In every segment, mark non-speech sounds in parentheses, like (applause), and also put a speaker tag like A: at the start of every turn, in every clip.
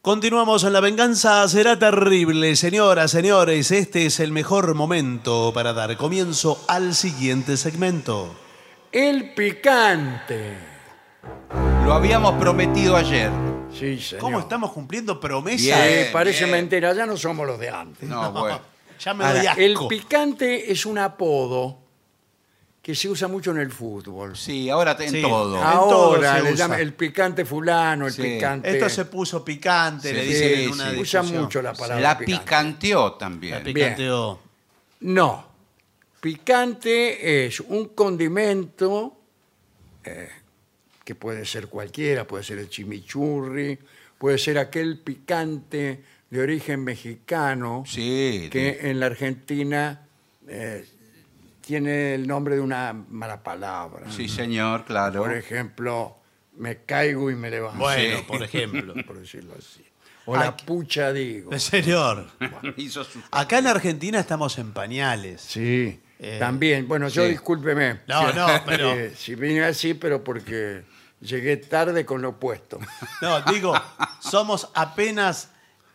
A: Continuamos en La Venganza Será Terrible. Señoras, señores, este es el mejor momento para dar comienzo al siguiente segmento.
B: El picante.
C: Lo habíamos prometido ayer.
B: Sí, señor.
A: ¿Cómo estamos cumpliendo promesas?
C: Bien.
B: Eh, parece
C: Bien.
B: mentira, ya no somos los de antes.
C: (laughs) No, bueno.
A: Ya me doy
B: Ahora, el
A: asco.
B: picante es un apodo que se usa mucho en el fútbol.
C: Sí, ahora te- en
A: Sí.
C: todo.
A: Ah,
B: Ahora
A: todo se
B: le
A: usa.
B: llaman el picante fulano, el
C: Sí.
B: picante. Eh,
A: Esto se puso picante,
C: Sí,
A: le dicen
C: sí,
A: en una
C: sí.
B: usa
A: discusión.
B: mucho la palabra.
C: La
B: picante.
C: picanteó también.
A: La oh, picanteó.
B: No. Picante es un condimento eh, que puede ser cualquiera, puede ser el chimichurri, puede ser aquel picante de origen mexicano
C: Sí.
B: que en la Argentina eh, tiene el nombre de una mala palabra.
C: Sí, señor, (laughs) claro.
B: Por ejemplo, me caigo y me levanto.
A: Bueno,
C: Sí.
A: por ejemplo.
B: (laughs) por decirlo así. O la pucha digo.
A: (laughs) Señor,
C: Hizo su- Ah,
A: acá en Argentina estamos en pañales.
B: Sí. También, bueno, yo
C: sí.
B: discúlpeme.
A: Eh, No, no, pero...
B: Eh, si vine así, pero porque llegué tarde con lo
A: (laughs)
B: puesto.
A: No, digo, somos apenas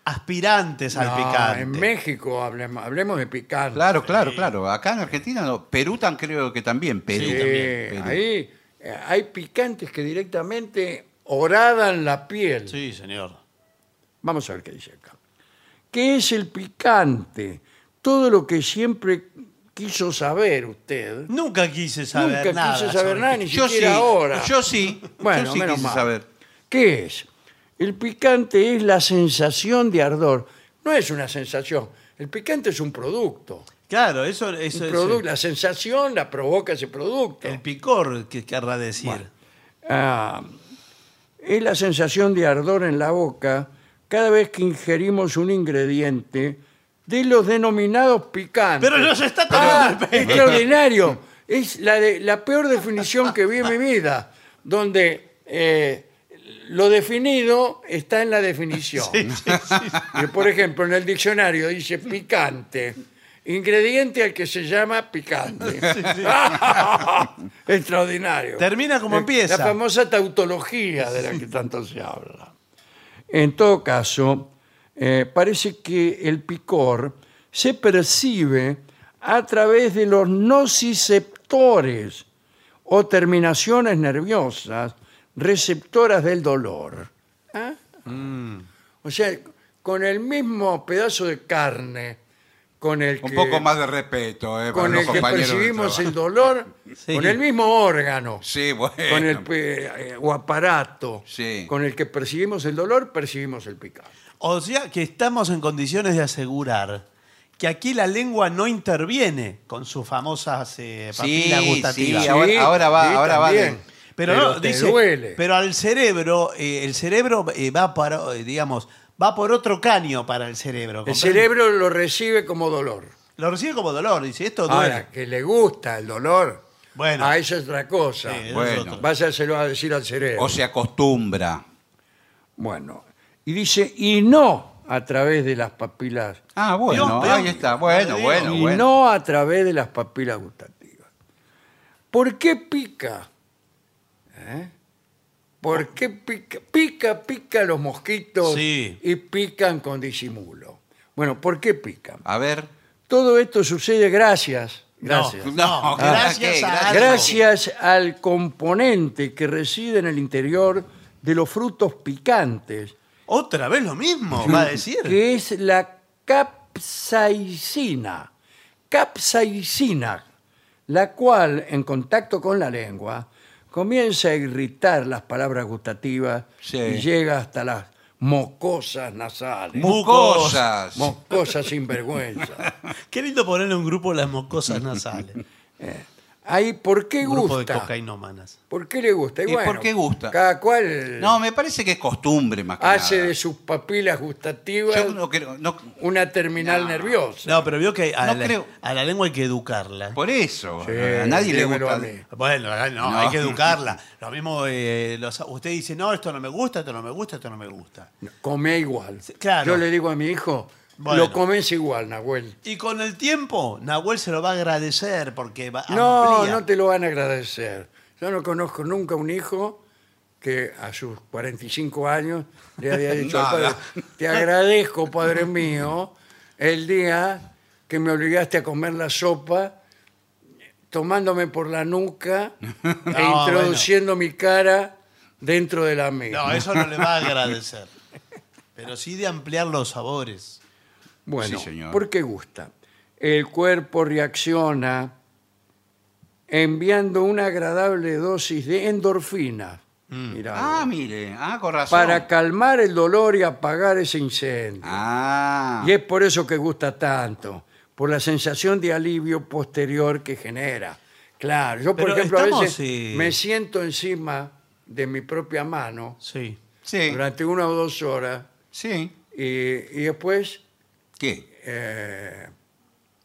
A: aspirantes al
B: No,
A: picante.
B: En México hablemos, hablemos de picante.
C: Claro, claro, claro. Acá en Argentina no. Perú tan creo que también. Perú.
A: Sí,
B: Eh,
C: también, Perú.
B: ahí eh, hay picantes que directamente horadan la piel.
A: Sí, señor.
B: Vamos a ver qué dice acá. ¿Qué es el picante? Todo lo que siempre quiso saber usted.
A: Nunca quise saber
B: Nunca
A: nada.
B: quise saber
A: sobre
B: nada,
A: pic-
B: ni
C: Yo sí.
B: siquiera ahora.
C: Yo sí.
B: Bueno,
C: yo sí
B: menos
C: quise
B: mal.
C: saber.
B: ¿Qué es? El picante es la sensación de ardor. No es una sensación. El picante es un producto.
A: Claro, eso, eso
B: Un
A: es
B: produ-
A: el,
B: La sensación la provoca ese producto.
A: el picor que querrá decir.
B: Ah, es la sensación de ardor en la boca cada vez que ingerimos un ingrediente de los denominados picantes.
A: Pero no se está
B: Ah,
A: tomando el pelo.
B: extraordinario. Es la, de- la peor definición que vi en mi vida, donde eh, lo definido está en la definición. Y, por ejemplo, en el diccionario dice picante, ingrediente al que se llama picante. (laughs) extraordinario.
A: Termina como
B: Eh,
A: empieza.
B: La famosa tautología de la que tanto se habla. En todo caso, eh, parece que el picor se percibe a través de los nociceptores o terminaciones nerviosas receptoras del dolor. ¿Ah?
C: Mm.
B: O sea, con el mismo pedazo de carne con el
C: Un
B: que,
C: poco más de respeto, eh, para
B: con
C: los
B: el que
C: compañeros de
B: percibimos el
C: trabajo.
B: dolor,
A: Sí.
B: con el mismo órgano
C: Sí, bueno.
B: con el pe- eh, o aparato
C: Sí.
B: con el que percibimos el dolor, percibimos el picante.
A: O sea que estamos en condiciones de asegurar que aquí la lengua no interviene con sus famosas eh,
C: Sí,
A: papilas
C: sí,
A: gustativas.
C: Y ahora- ahora va- ahora va
B: también.
C: de-
A: Pero, no,
B: te
A: dice,
B: duele.
A: pero al cerebro, eh, el cerebro eh, va para, eh, digamos, va por otro caño para el cerebro.
B: el
A: ¿comprende?
B: cerebro lo recibe como dolor.
A: lo recibe como dolor, dice, esto duele.
B: Ahora, que le gusta el dolor,
A: Bueno.
B: a eso es otra cosa.
A: Sí, eso es
C: bueno.
A: otro.
B: Váyaselo a decir al cerebro.
C: O se acostumbra.
B: bueno, y dice, y no a través de las papilas,
C: Ah, bueno,
A: Dios, pero-
C: ahí está. Bueno,
A: Dios.
C: bueno,
B: y
C: bueno.
B: no a través de las papilas gustativas. ¿Por qué pica? ¿Eh? ¿Por qué pica? Pica, pica los mosquitos
A: Sí.
B: y pican con disimulo. Bueno, ¿por qué pican?
C: A ver.
B: Todo esto sucede gracias, gracias,
A: No,
C: No,
A: no, gracias
C: ¿qué?
A: a
C: Gracias.
A: algo.
B: gracias al componente que reside en el interior de los frutos picantes,
A: Otra vez lo mismo, va a
B: (laughs)
A: decir.
B: que es la capsaicina. Capsaicina, la cual en contacto con la lengua comienza a irritar las palabras gustativas
C: Sí.
B: y llega hasta las mocosas nasales.
C: Mucosas.
B: mocosas sinvergüenza.
A: Qué lindo ponerle un grupo a las mocosas nasales.
B: Ahí, ¿por qué
A: un grupo de
B: gusta?
A: cocainómanas.
B: ¿Por qué le gusta?
C: ¿Y por qué gusta?
B: Cada cual
C: No, me parece que es costumbre más que
B: hace
C: nada.
B: Ah, de sus papilas gustativas
C: Yo no creo- no-
B: una terminal
C: No.
B: nerviosa.
A: No, pero vio que a,
C: No
A: la,
C: creo.
A: a la lengua hay que educarla.
C: por eso.
B: Sí,
C: a nadie le
B: dímelo
C: gusta.
B: a mí.
A: Bueno, no,
C: No.
A: hay que educarla. Lo mismo, eh, los- usted dice, no, esto no me gusta, esto no me gusta, esto no me gusta.
B: Come igual.
A: claro.
B: Yo le digo a mi hijo,
A: Bueno.
B: lo comes igual, Nahuel.
A: Y con el tiempo, Nahuel se lo va a agradecer porque va
B: No,
A: amplía.
B: no te lo van a agradecer. Yo no conozco nunca un hijo que a sus 45 años le había dicho al
C: Nada.
B: padre, te agradezco, padre mío, el día que me obligaste a comer la sopa tomándome por la nuca e
A: No,
B: introduciendo mi cara dentro de la mesa.
A: No, eso no le va a agradecer. Pero sí de ampliar los sabores.
B: Bueno,
C: Sí, señor.
B: porque gusta. El cuerpo reacciona enviando una agradable dosis de endorfina. Mirá,
C: Ah, mire. Ah, con razón.
B: para calmar el dolor y apagar ese incendio.
C: Ah.
B: Y es por eso que gusta tanto, por la sensación de alivio posterior que genera. Claro, yo por
A: Pero
B: ejemplo a
A: estamos,
B: veces
A: sí.
B: me siento encima de mi propia mano
A: Sí.
C: Sí.
B: durante una o dos horas
C: Sí.
B: y, y después
C: ¿Qué?
B: eh,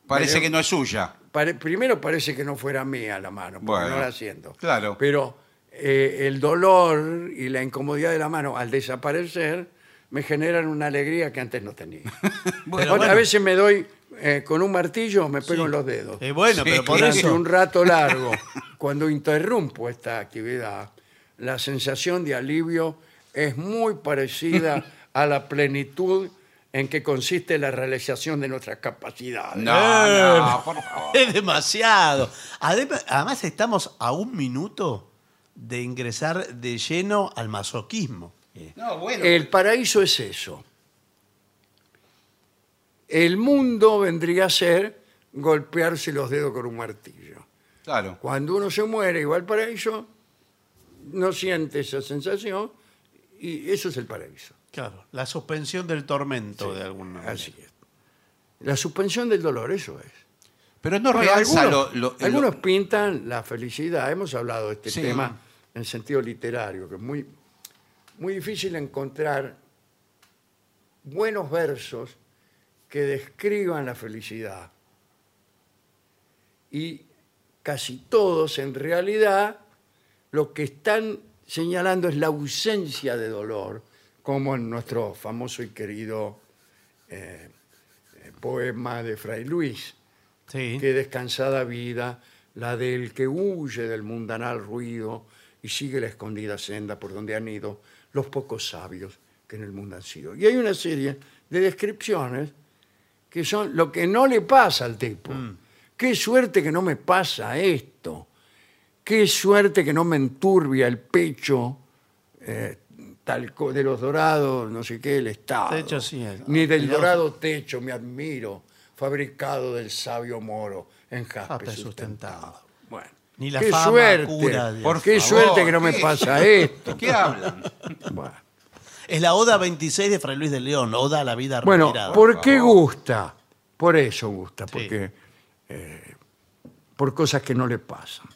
C: Parece
B: Pero-
C: que no es suya.
B: Pare- primero parece que no fuera mía la mano, porque
C: Bueno,
B: no la siento.
C: claro.
B: Pero eh, el dolor y la incomodidad de la mano al desaparecer me generan una alegría que antes no
C: (laughs)
B: tenía.
A: Bueno,
B: Otra-
A: bueno.
B: A veces me doy eh, con un martillo, me
A: Sí.
B: pego en los dedos.
A: Eh, bueno,
C: Sí,
A: pero por
B: Durante
A: eso.
B: un rato largo,
C: (laughs)
B: cuando interrumpo esta actividad, la sensación de alivio es muy
C: (laughs)
B: parecida a la plenitud en que consiste la realización de nuestras capacidades. Eh.
C: No, no, por favor.
A: Es demasiado. Adem- Además, estamos a un minuto de ingresar de lleno al masoquismo. Eh,
C: No, bueno.
B: El paraíso es eso. El mundo vendría a ser golpearse los dedos con un martillo.
C: Claro.
B: Cuando uno se muere y va al paraíso, no siente esa sensación y eso es el paraíso.
A: Claro, la suspensión del tormento de alguna manera.
B: Así es. La suspensión del dolor, eso es.
C: Pero no
B: Pero
C: realza
B: algunos,
C: lo- lo- lo-
B: algunos pintan la felicidad. Hemos hablado de este
C: Sí.
B: tema en sentido literario, que es muy, muy difícil encontrar buenos versos que describan la felicidad. Y casi todos, en realidad, lo que están señalando es la ausencia de dolor, como en nuestro famoso y querido eh, eh, poema de Fray Luis
A: Sí.
B: qué descansada vida, la del que huye del mundanal ruido y sigue la escondida senda por donde han ido los pocos sabios que en el mundo han sido. Y hay una serie de descripciones que son lo que no le pasa al tipo.
A: Mm.
B: Qué suerte que no me pasa esto. Qué suerte que no me enturbia el pecho eh, tal co- de los dorados, no sé qué, el estado.
A: Techo, sí, es-
B: Ni del
A: el-
B: dorado techo me admiro, fabricado del sabio moro, en jaspe
A: Jaspe
B: sustentado.
A: Ah, sustentado.
B: Bueno.
A: Ni la
B: qué
A: fama
B: suerte,
A: cura de-
B: qué
C: Por
B: suerte
C: favor,
B: que no me
C: ¿qué?
B: pasa esto.
C: ¿De qué hablan?
B: Bueno.
A: Es la Oda 26 de Fray Luis de León, Oda a la vida
B: Bueno,
A: retirada.
B: ¿por qué gusta? Por eso gusta, porque eh, por cosas que no le pasan.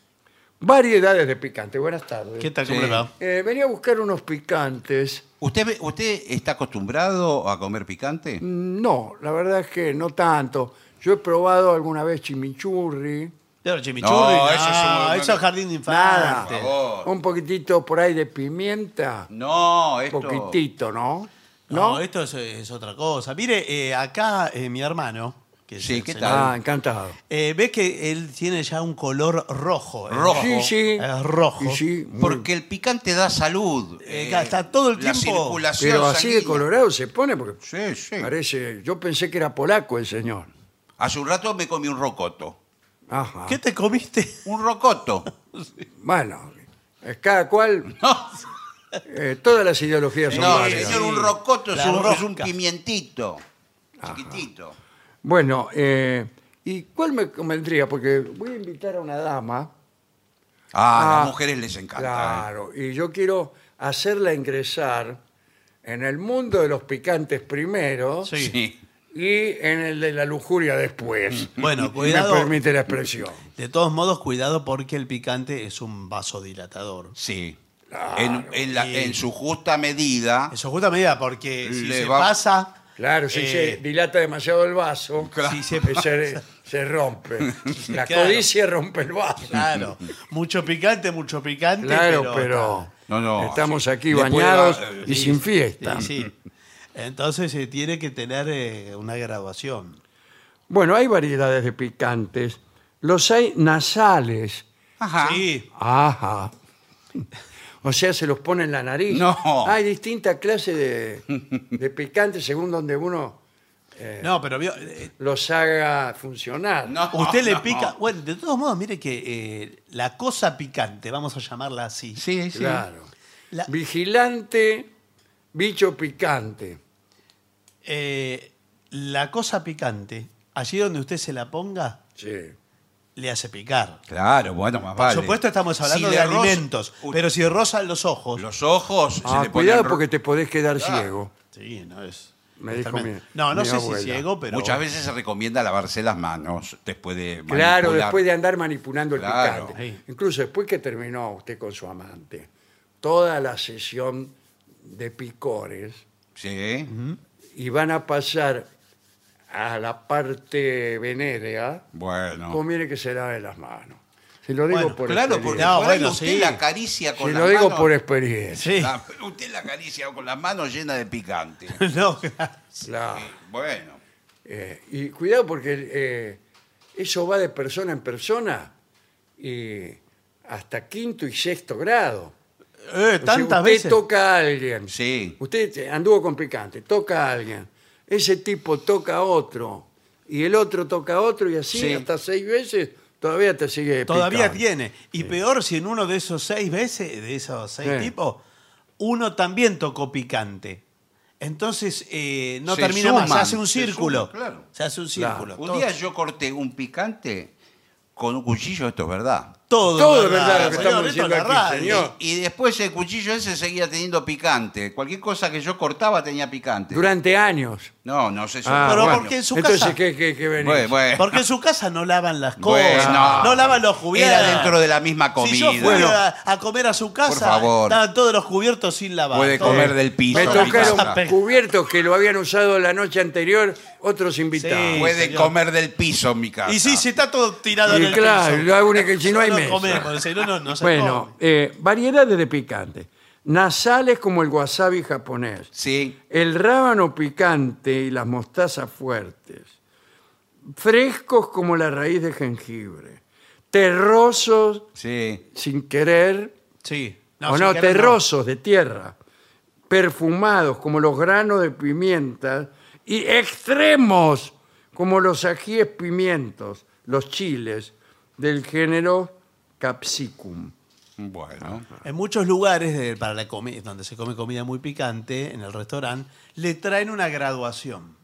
B: Variedades de picante. Buenas tardes.
A: ¿Qué tal? ¿Cómo
C: Sí.
A: le va?
B: Eh, venía a buscar unos picantes.
C: ¿Usted, ve- ¿Usted está acostumbrado a comer picante?
B: No, la verdad es que no tanto. Yo he probado alguna vez chimichurri,
A: Claro, chimichurri.
C: No, eso es
A: ah,
C: un-
A: eso es jardín de
B: nada.
A: infantes.
C: Por favor.
B: Un poquitito por ahí de pimienta,
C: No,
B: un
C: esto.
B: poquitito, ¿no?
A: No, esto es, es otra cosa. Mire, eh, acá eh, mi hermano, que es
C: Sí,
A: el
C: ¿qué
A: señor,
B: Ah, encantado.
A: eh, ves que él tiene ya un color rojo. eh?
C: Rojo.
B: Sí, sí.
A: Es rojo.
B: Y sí, muy-
C: Porque el picante da salud.
A: Eh, está todo el
C: la
A: tiempo.
C: circulación
B: Pero así de
C: sanguínea.
B: colorado se pone porque
C: Sí, sí.
B: parece. Yo pensé que era polaco el señor.
C: Hace un rato me comí un rocoto.
B: Ajá.
A: ¿Qué te comiste? (laughs)
C: Un rocoto.
B: Bueno, es cada cual. eh, todas las ideologías son
C: No,
B: válidas.
C: señor, un rocoto es
A: La
C: un, es un
A: rosca.
C: pimientito. Chiquitito.
B: Bueno, eh, ¿y cuál me convendría? Porque voy a invitar a una dama.
C: Ah, a
B: Ah,
C: las mujeres les encanta. eh.
B: Claro, y yo quiero hacerla ingresar en el mundo de los picantes primero
A: Sí.
C: Sí.
B: y en el de la lujuria después.
A: Mm. Bueno,
B: (laughs) Si me
A: cuidado.
B: permite la expresión.
A: De todos modos, cuidado porque el picante es un vasodilatador.
C: Sí. en, en la- en su justa medida.
A: Eso justa medida, porque si
C: Le
A: se
C: va-
A: pasa.
B: Claro, si
A: eh,
B: se dilata demasiado el vaso,
A: (laughs) Claro.
B: se, se-
A: (laughs)
B: se rompe. La
A: Claro.
B: codicia rompe el vaso.
A: Claro, mucho picante, mucho picante.
B: Claro, pero,
C: No, no,
B: estamos
C: sí.
B: aquí
C: Después
B: bañados
C: va-
B: y sin fiesta.
A: Sí, sí. Entonces se tiene que tener eh, una graduación.
B: Bueno, hay variedades de picantes. Los hay nasales.
C: Ajá.
A: Sí,
B: Ajá. O sea, se los pone en la nariz.
C: No.
B: Hay distintas clases de, de picante según donde uno
A: No, pero vio, eh,
B: los haga funcionar.
C: No,
A: usted le
C: Ah, no.
A: pica. Bueno, de todos modos, mire que eh, la cosa picante, vamos a llamarla así.
C: Sí, sí.
B: Claro.
A: La-
B: Vigilante, bicho picante.
A: eh, la cosa picante, allí donde usted se la ponga,
B: Sí.
A: le hace picar.
C: Claro, bueno, más
A: Por
C: vale.
A: supuesto, estamos hablando
C: Si
A: de
C: le roza-
A: alimentos,
C: u-
A: pero si rozan los ojos.
C: Los ojos
B: Ah,
C: se le Ah, ponen
B: cuidado
C: ro-
B: porque te podés quedar ciego.
A: Sí, no es.
B: Me
A: es
B: dijo
A: tremendo.
B: mi-
A: no, no
B: mi
A: sé
B: abuela.
A: si ciego, pero.
C: Muchas veces se recomienda lavarse las manos después de
B: Claro,
C: manipular.
B: después de andar manipulando
C: Claro.
B: el picante.
A: Sí.
B: Incluso después que terminó usted con su amante, toda la sesión de picores
C: Sí.
B: y van a pasar a la parte venérea,
C: Bueno.
B: conviene que se lave las manos. Se lo digo
A: Bueno,
B: por
C: Claro, porque
B: experiencia.
A: No,
C: por ahí
A: bueno,
C: usted
A: sí.
C: la acaricia con
B: Ah, Se
C: las
B: lo digo
C: manos-
B: por experiencia.
A: Sí.
C: la- usted la acaricia con las manos llenas de picante.
A: (laughs) No, claro.
B: Claro.
C: Bueno.
B: Eh, y cuidado porque eh, eso va de persona en persona y hasta quinto y sexto grado.
A: Eh,
B: O sea,
A: tantas
B: usted
A: veces.
B: toca a alguien.
C: Sí.
B: Usted eh, anduvo con picante, toca a alguien. Ese tipo toca a otro. Y el otro toca a otro y así
C: Sí.
B: hasta seis veces todavía te sigue
A: Todavía
B: picando.
A: tiene. Y peor si en uno de esos seis veces, de esos seis
B: Sí.
A: tipos, uno también tocó picante. Entonces eh, no
C: Se
A: termina más, se
C: suman,
A: hace un
C: se
A: círculo.
C: suman, claro.
A: Se hace un
B: Claro.
A: círculo.
C: Un día yo corté un picante con un cuchillo, esto es verdad.
A: todo,
B: Todo
A: es verdad,
B: lo que
A: señor,
B: estamos
A: esto es
B: diciendo
A: la
B: aquí,
A: radio.
B: señor.
C: Y, y después el cuchillo ese seguía teniendo picante. Cualquier cosa que yo cortaba tenía picante.
B: Durante años.
C: No, no sé si.
B: Ah,
A: Pero
B: bueno.
A: porque en su
B: Entonces,
A: casa-
B: ¿qué, qué, qué venís?
C: Bueno, bueno.
A: Porque en su casa no lavan las cosas,
C: Bueno,
A: no. lavan los cubiertos.
C: Era dentro de la misma comida.
A: Si yo fui
C: Bueno.
A: a, a comer a su casa,
C: Por favor.
A: estaban todos los cubiertos sin lavar.
C: Puede
A: Todo.
C: comer del piso.
B: Me
C: Hizo la
B: tocaron
A: picante.
B: cubiertos que lo habían usado la noche anterior otros invitados.
A: Sí,
C: Puede
A: señor.
C: comer del piso en mi casa.
A: Y sí, si está todo tirado
B: Y
A: en el
B: claro,
A: piso.
B: lo único que si no hay mesa.
A: comemos, si no, no, no se come.
B: Bueno, eh, variedades de picantes. Nasales como el wasabi japonés.
C: Sí.
B: El rábano picante y las mostazas fuertes. Frescos como la raíz de jengibre. Terrosos
C: Sí.
B: sin querer.
A: Sí.
B: o
A: si
B: no,
A: querés,
B: terrosos de tierra. Perfumados como los granos de pimienta. Y extremos como los ajíes pimientos, los chiles, del género capsicum.
C: Bueno.
A: En muchos lugares de- para la comi- donde se come comida muy picante, en el restaurante, le traen una graduación.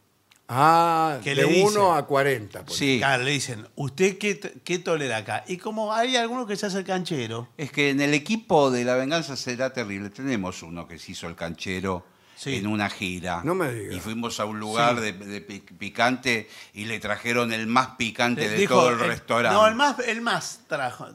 B: Ah,
A: ¿Qué
B: de
A: le dice?
B: 1 a pues. 40. por
C: Sí.
A: Claro, le dicen, ¿usted qué, t- qué tolera acá? Y como hay algunos que se hace el canchero,
C: Es que en el equipo de La Venganza será terrible. Tenemos uno que se hizo el canchero
A: Sí.
C: en una gira.
B: No me diga.
C: Y fuimos a un lugar de, de pic- picante y le trajeron el más picante
A: le
C: de
A: dijo,
C: todo el
A: eh,
C: restaurante.
A: No, el más, el más trajo.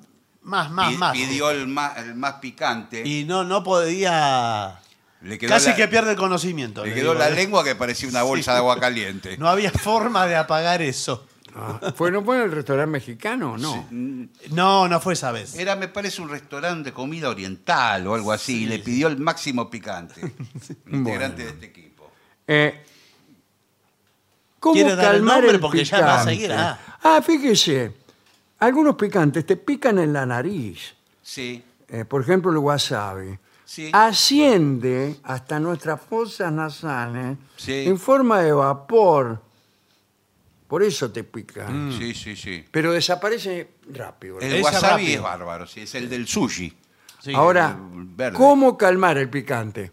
A: Más, más,
C: Pi-
A: más.
C: Pidió el más, el más picante.
A: Y no, no podía.
C: le quedó
A: Casi
C: la,
A: que pierde el conocimiento.
C: le
A: le
C: quedó
A: digo,
C: la
A: ¿eh?
C: lengua que parecía una bolsa de agua caliente.
A: (laughs) No había forma de apagar eso.
B: Ah, ¿Fue, ¿No fue en el restaurante mexicano o no?
A: No, no fue esa vez.
C: Mm, Era, me parece, un restaurante de comida oriental o algo así.
A: Sí.
C: Y le pidió el máximo picante.
A: (laughs)
C: Integrante de este equipo.
B: Eh, ¿Cómo
A: ¿Quiere dar el
B: calmar
A: nombre?
B: el
A: Porque ya va a
B: picante?
A: seguir, ah.
B: Ah, fíjese, algunos picantes te pican en la nariz.
C: Sí.
B: Eh, por ejemplo, el wasabi.
C: Sí.
A: Ah,
B: Asciende hasta nuestras fosas nasales
C: Sí.
B: en forma de vapor. Por eso te pica.
A: Mm.
C: Sí, sí, sí.
B: Pero desaparece rápido.
C: El
A: Esa
C: wasabi
A: rápido.
C: es bárbaro, sí, es el del sushi.
A: Eh, Sí. eh,
B: Ahora,
C: el verde.
B: ¿cómo calmar el picante?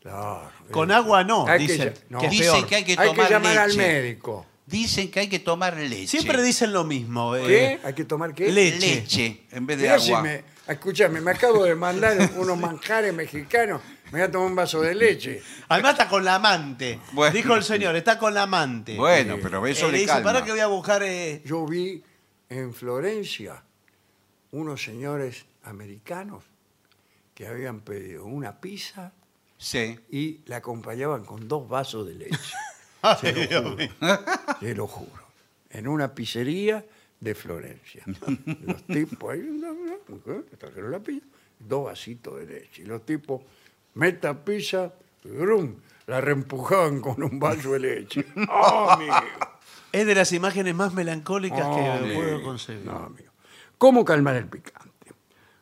B: Claro.
A: Con agua no,
B: Hay que
A: dicen.
B: ya- no.
A: que es
C: Dicen
A: peor.
C: que hay que
B: Hay
C: tomar
B: que llamar al
C: leche.
B: médico.
C: Dicen que hay que tomar leche.
A: Siempre dicen lo mismo.
B: ¿Qué?
A: eh,
B: ¿Hay que tomar qué?
A: leche.
C: leche. en vez de
B: Mirá si
C: agua.
B: me- escúchame, me acabo de mandar unos manjares mexicanos. Me voy a tomar un vaso de leche.
A: Además está con la amante.
C: Bueno.
A: Dijo el señor, está con la amante.
C: Bueno, pero
A: Eh,
C: eso
A: le
C: le,
A: dice,
C: calma.
A: para que voy a buscar... eh,
B: Yo vi en Florencia unos señores americanos que habían pedido una pizza
C: Sí.
B: y la acompañaban con dos vasos de leche.
A: (laughs) ay, Dios mío.
B: Te lo juro. En una pizzería
A: (laughs)
B: de Florencia. Los tipos ahí, bla, bla, bla, le trajeron la pizza, dos vasitos de leche. Y los tipos, meta pizza, grum, la reempujaban con un vaso de
A: (laughs)
B: leche. ¡Oh, amigo!
A: es de las imágenes más melancólicas
B: Oh,
A: que
B: sí.
A: puedo concebir.
B: No, amigo. ¿Cómo calmar el picante?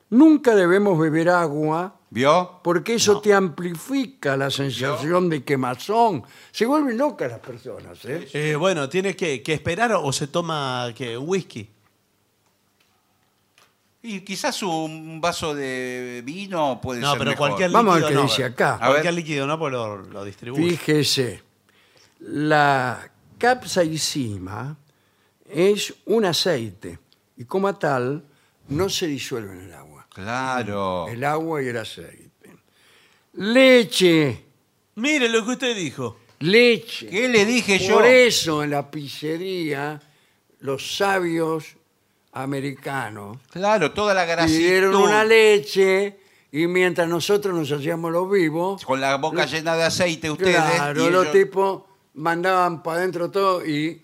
B: Nunca debemos beber agua
C: ¿Vio?
B: porque eso te amplifica la sensación de quemazón. Se vuelven locas las personas, ¿eh?
A: Eh, bueno, tiene que, que esperar o se toma ¿qué? whisky.
C: Y quizás un vaso de vino puede
A: No,
C: ser
A: pero
C: mejor.
A: cualquier
B: Vamos a ver
A: líquido
B: qué
A: no.
B: dice acá.
C: A
A: cualquier
C: ver.
A: líquido no, pues lo, lo distribuye.
B: Fíjese, la capsaicina es un aceite y como tal no se disuelve en el agua.
C: Claro.
B: El agua y el aceite. Leche,
A: Mire lo que usted dijo.
B: leche.
C: ¿Qué le dije yo?
B: Por eso en la pizzería los sabios americanos
C: Claro, toda la grasitud.
B: pidieron una leche y mientras nosotros nos hacíamos los vivos,
C: Con la boca llena de aceite ustedes. eh,
B: claro,
C: y
B: los
C: ellos-
B: tipos mandaban para adentro todo y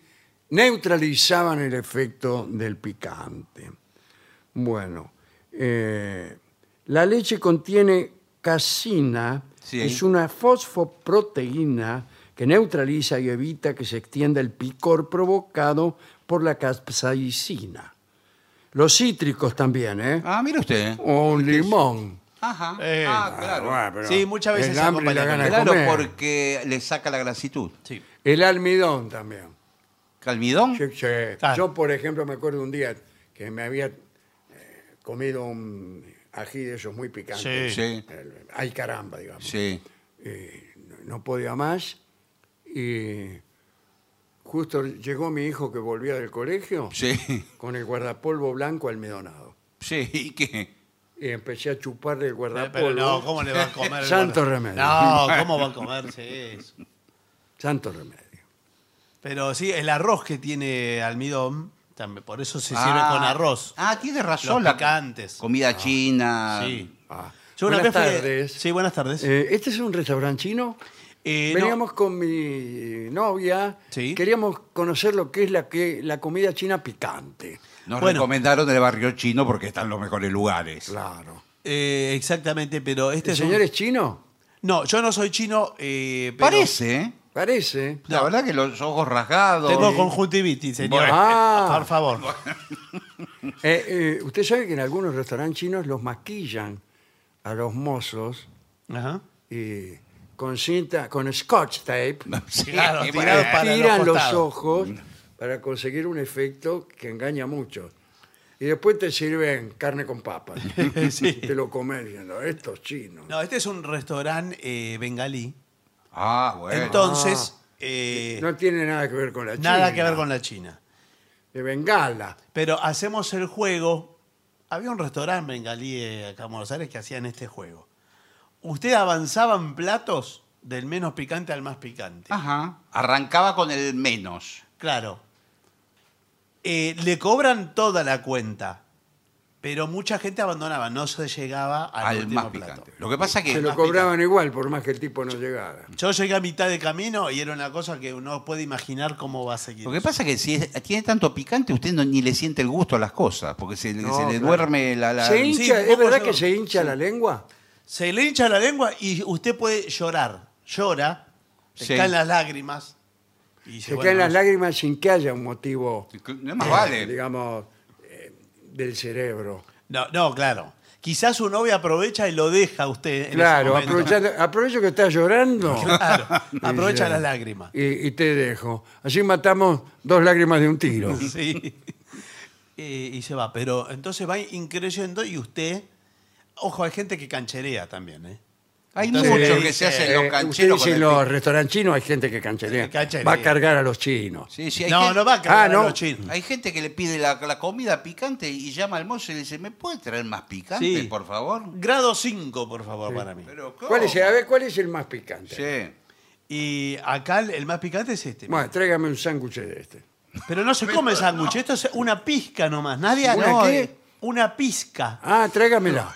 B: neutralizaban el efecto del picante. Bueno, eh, la leche contiene casina,
C: Sí.
B: es una fosfoproteína que neutraliza y evita que se extienda el picor provocado por la capsaicina. Los cítricos también, ¿eh?
C: Ah, mire usted.
B: O un limón.
C: Ajá.
A: Eh,
C: ah, claro.
B: Ah, bueno, pero
A: Sí, muchas veces
B: el
A: se
B: hambre y la
A: acompaña con
B: gana de
C: Claro,
B: comer.
C: porque le saca la grasitud.
A: Sí.
B: El almidón también.
C: ¿Calmidón?
B: Sí, sí.
A: Claro.
B: Yo, por ejemplo, me acuerdo un día que me había eh, comido un ají de esos muy picantes.
C: Sí.
B: El- Ay, caramba, digamos.
C: Sí.
B: No podía más. Y justo llegó mi hijo que volvía del colegio
C: Sí.
B: con el guardapolvo blanco almidonado.
C: Sí. (laughs) ¿Y qué?
B: Y empecé a chuparle
A: Pero,
B: el guardapolvo.
A: no, ¿cómo le va a comer? el
B: (laughs) Santo
A: gordo?
B: remedio.
A: No, ¿cómo va a comerse eso?
B: Santo remedio.
A: Pero sí, el arroz que tiene almidón, también, por eso se
C: Ah.
A: sirve con arroz.
C: Ah, tiene razón.
A: Los
C: la-
A: picantes. Ah,
C: Comida china.
A: Sí.
B: Ah.
A: Yo una
B: Buenas
A: vez fui-
B: tardes.
A: Sí, buenas tardes.
B: Eh, ¿Este es un restaurante chino?
A: Eh, no,
B: Veníamos con mi novia,
A: Sí.
B: queríamos conocer lo que es la, que, la comida china picante.
C: Nos
A: Bueno.
C: recomendaron el barrio chino porque están los mejores lugares.
B: Claro.
A: eh, exactamente, pero este
B: ¿El
A: es un-
B: señor es chino?
A: No, yo no soy chino, eh, pero
C: Parece, ¿eh?
B: Parece.
A: (laughs)
C: La verdad que los ojos rasgados.
A: Tengo conjuntivitis, señor.
C: Bueno.
B: Ah.
A: Por favor.
B: Eh, eh, usted sabe que en algunos restaurantes chinos los maquillan a los mozos
A: Ajá.
B: y con cinta, con scotch tape,
C: (laughs) Sí,
A: (laughs) Claro,
C: bueno.
A: tirado para los
B: Eh, tiran los,
A: costados.
B: ojos para conseguir un efecto que engaña mucho. Y después te sirven carne con papas.
A: (laughs) Sí.
B: Te lo comen diciendo, estos chinos.
A: No, este es un restaurante eh, bengalí.
C: Ah, bueno.
A: Entonces, eh,
B: Ah. No tiene nada que ver con la China.
A: nada que ver con la China.
B: De Bengala.
A: Pero hacemos el juego. Había un restaurante bengalí eh, acá en Buenos Aires que hacían este juego. Usted avanzaban platos del menos picante al más picante.
C: Ajá. Arrancaba con el menos.
A: Claro. Eh, le cobran toda la cuenta, pero mucha gente abandonaba, no se llegaba al,
C: Al,
A: último
C: más
A: plato.
C: picante. Lo que pasa que.
B: Se lo
A: más
B: cobraban igual, por más que el tipo no llegara.
A: Yo llegué a mitad de camino y era una cosa que uno puede imaginar cómo va a seguir.
C: Lo que pasa que si es- tiene tanto picante, usted no- ni le siente el gusto a las cosas, porque se, le-
B: No,
C: se le
B: claro.
C: duerme la. la-
B: ¿Se hincha?
A: sí,
B: ¿Es verdad
A: ¿cómo
B: que
A: se-
B: se hincha la lengua?
A: Se le hincha la lengua y usted puede llorar. Llora, se
C: Sí.
A: caen las lágrimas. Y dice,
B: Se
A: bueno,
B: caen las
A: no-
B: lágrimas sin que haya un motivo,
C: No más
B: eh,
C: vale.
B: digamos, eh, del cerebro.
A: No, no, claro. Quizás su novio aprovecha y lo deja a usted. en
B: Claro,
A: ese momento.
B: aprovechando- aprovecho que estás llorando
A: (laughs) Claro, aprovecha
B: (laughs) Sí,
A: las lágrimas.
B: y, y te dejo. Así matamos dos lágrimas de un tiro.
A: Sí. (laughs) Y, y se va. Pero entonces va increyendo y usted. Ojo, hay gente que cancherea también, ¿eh?
C: Hay
A: Entonces,
C: muchos
A: dice,
C: que se hacen
B: Eh,
C: los
B: usted
C: cancheros.
B: dice
C: con
B: en
C: el
B: los
C: pic-
B: restaurantes chinos hay gente que cancherea.
A: Cancherea.
B: Va a cargar a los chinos.
C: Sí, sí, hay,
A: No,
C: gente,
A: no va a cargar
B: Ah, no.
A: a los chinos.
C: hay gente que le pide la, la comida picante y llama al mozo y le dice: ¿Me puede traer más picante,
A: Sí.
C: por favor?
A: Grado 5, por favor, para mí.
C: Pero, ¿cómo?
B: ¿Cuál es, el- a ver, ¿cuál es el más picante?
C: Sí. (laughs)
A: Y acá el, el más picante es este.
B: Bueno, tráigame un sándwich de este.
A: Pero no se come sándwich, esto es una pizca nomás. Nadie
B: ¿Una
A: no,
B: qué?
A: eh, Una pizca.
B: Ah, tráigamela.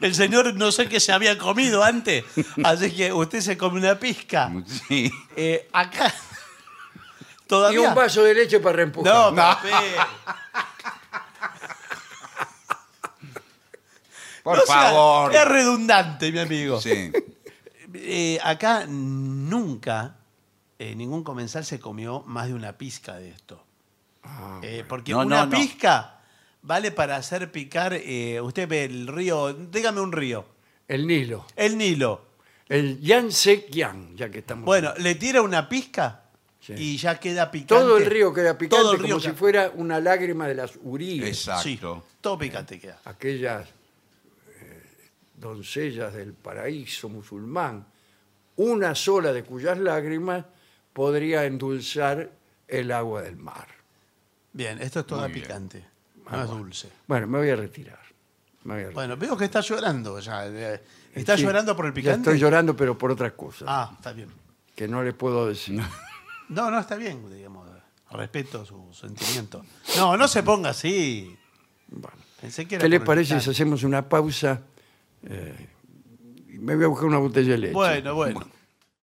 A: El señor no sé qué se había comido antes, así que usted se come una pizca.
C: Sí.
A: Eh,
C: (laughs)
A: acá.
B: Y
A: Todavía.
B: un vaso de leche para reempujar.
A: No, papel. (laughs)
C: Por
A: No sea-
C: favor.
A: es redundante, mi amigo.
C: Sí.
A: Eh, acá nunca eh, ningún comensal se comió más de una pizca de esto. Eh, porque
C: Ah, No,
A: una
C: no, no.
A: pizca vale para hacer picar, eh, usted ve el río, dígame un río,
B: El Nilo.
A: el Nilo.
B: El Yangtze Kiang, ya que estamos.
A: Bueno, le tira una pizca
B: Sí.
A: y ya queda picante.
B: todo el río queda picante
A: Todo el
B: como
A: río
B: si
A: queda-
B: fuera una lágrima de las Uribes.
A: Sí,
C: Exacto.
A: todo picante queda.
B: aquellas eh, doncellas del paraíso musulmán, una sola de cuyas lágrimas podría endulzar el agua del mar.
A: Bien, esto es todo
C: Muy bien.
A: picante, no
B: Ah,
A: es
B: bueno.
A: dulce.
B: Bueno, me voy a retirar. Me voy a retirar.
A: Bueno, veo que está llorando ya. eh, ¿Está
B: Sí,
A: llorando por el
B: ya
A: picante?
B: estoy llorando, pero por otras cosas
A: Ah, está bien.
B: que no le puedo decir.
A: No, no, está bien, digamos. Respeto su sentimiento. No, no se ponga así.
B: Bueno.
A: Pensé que era
B: ¿Qué le
A: por el
B: parece si
A: picante.
B: hacemos una pausa? Eh, y me voy a buscar una botella de leche.
A: Bueno, bueno.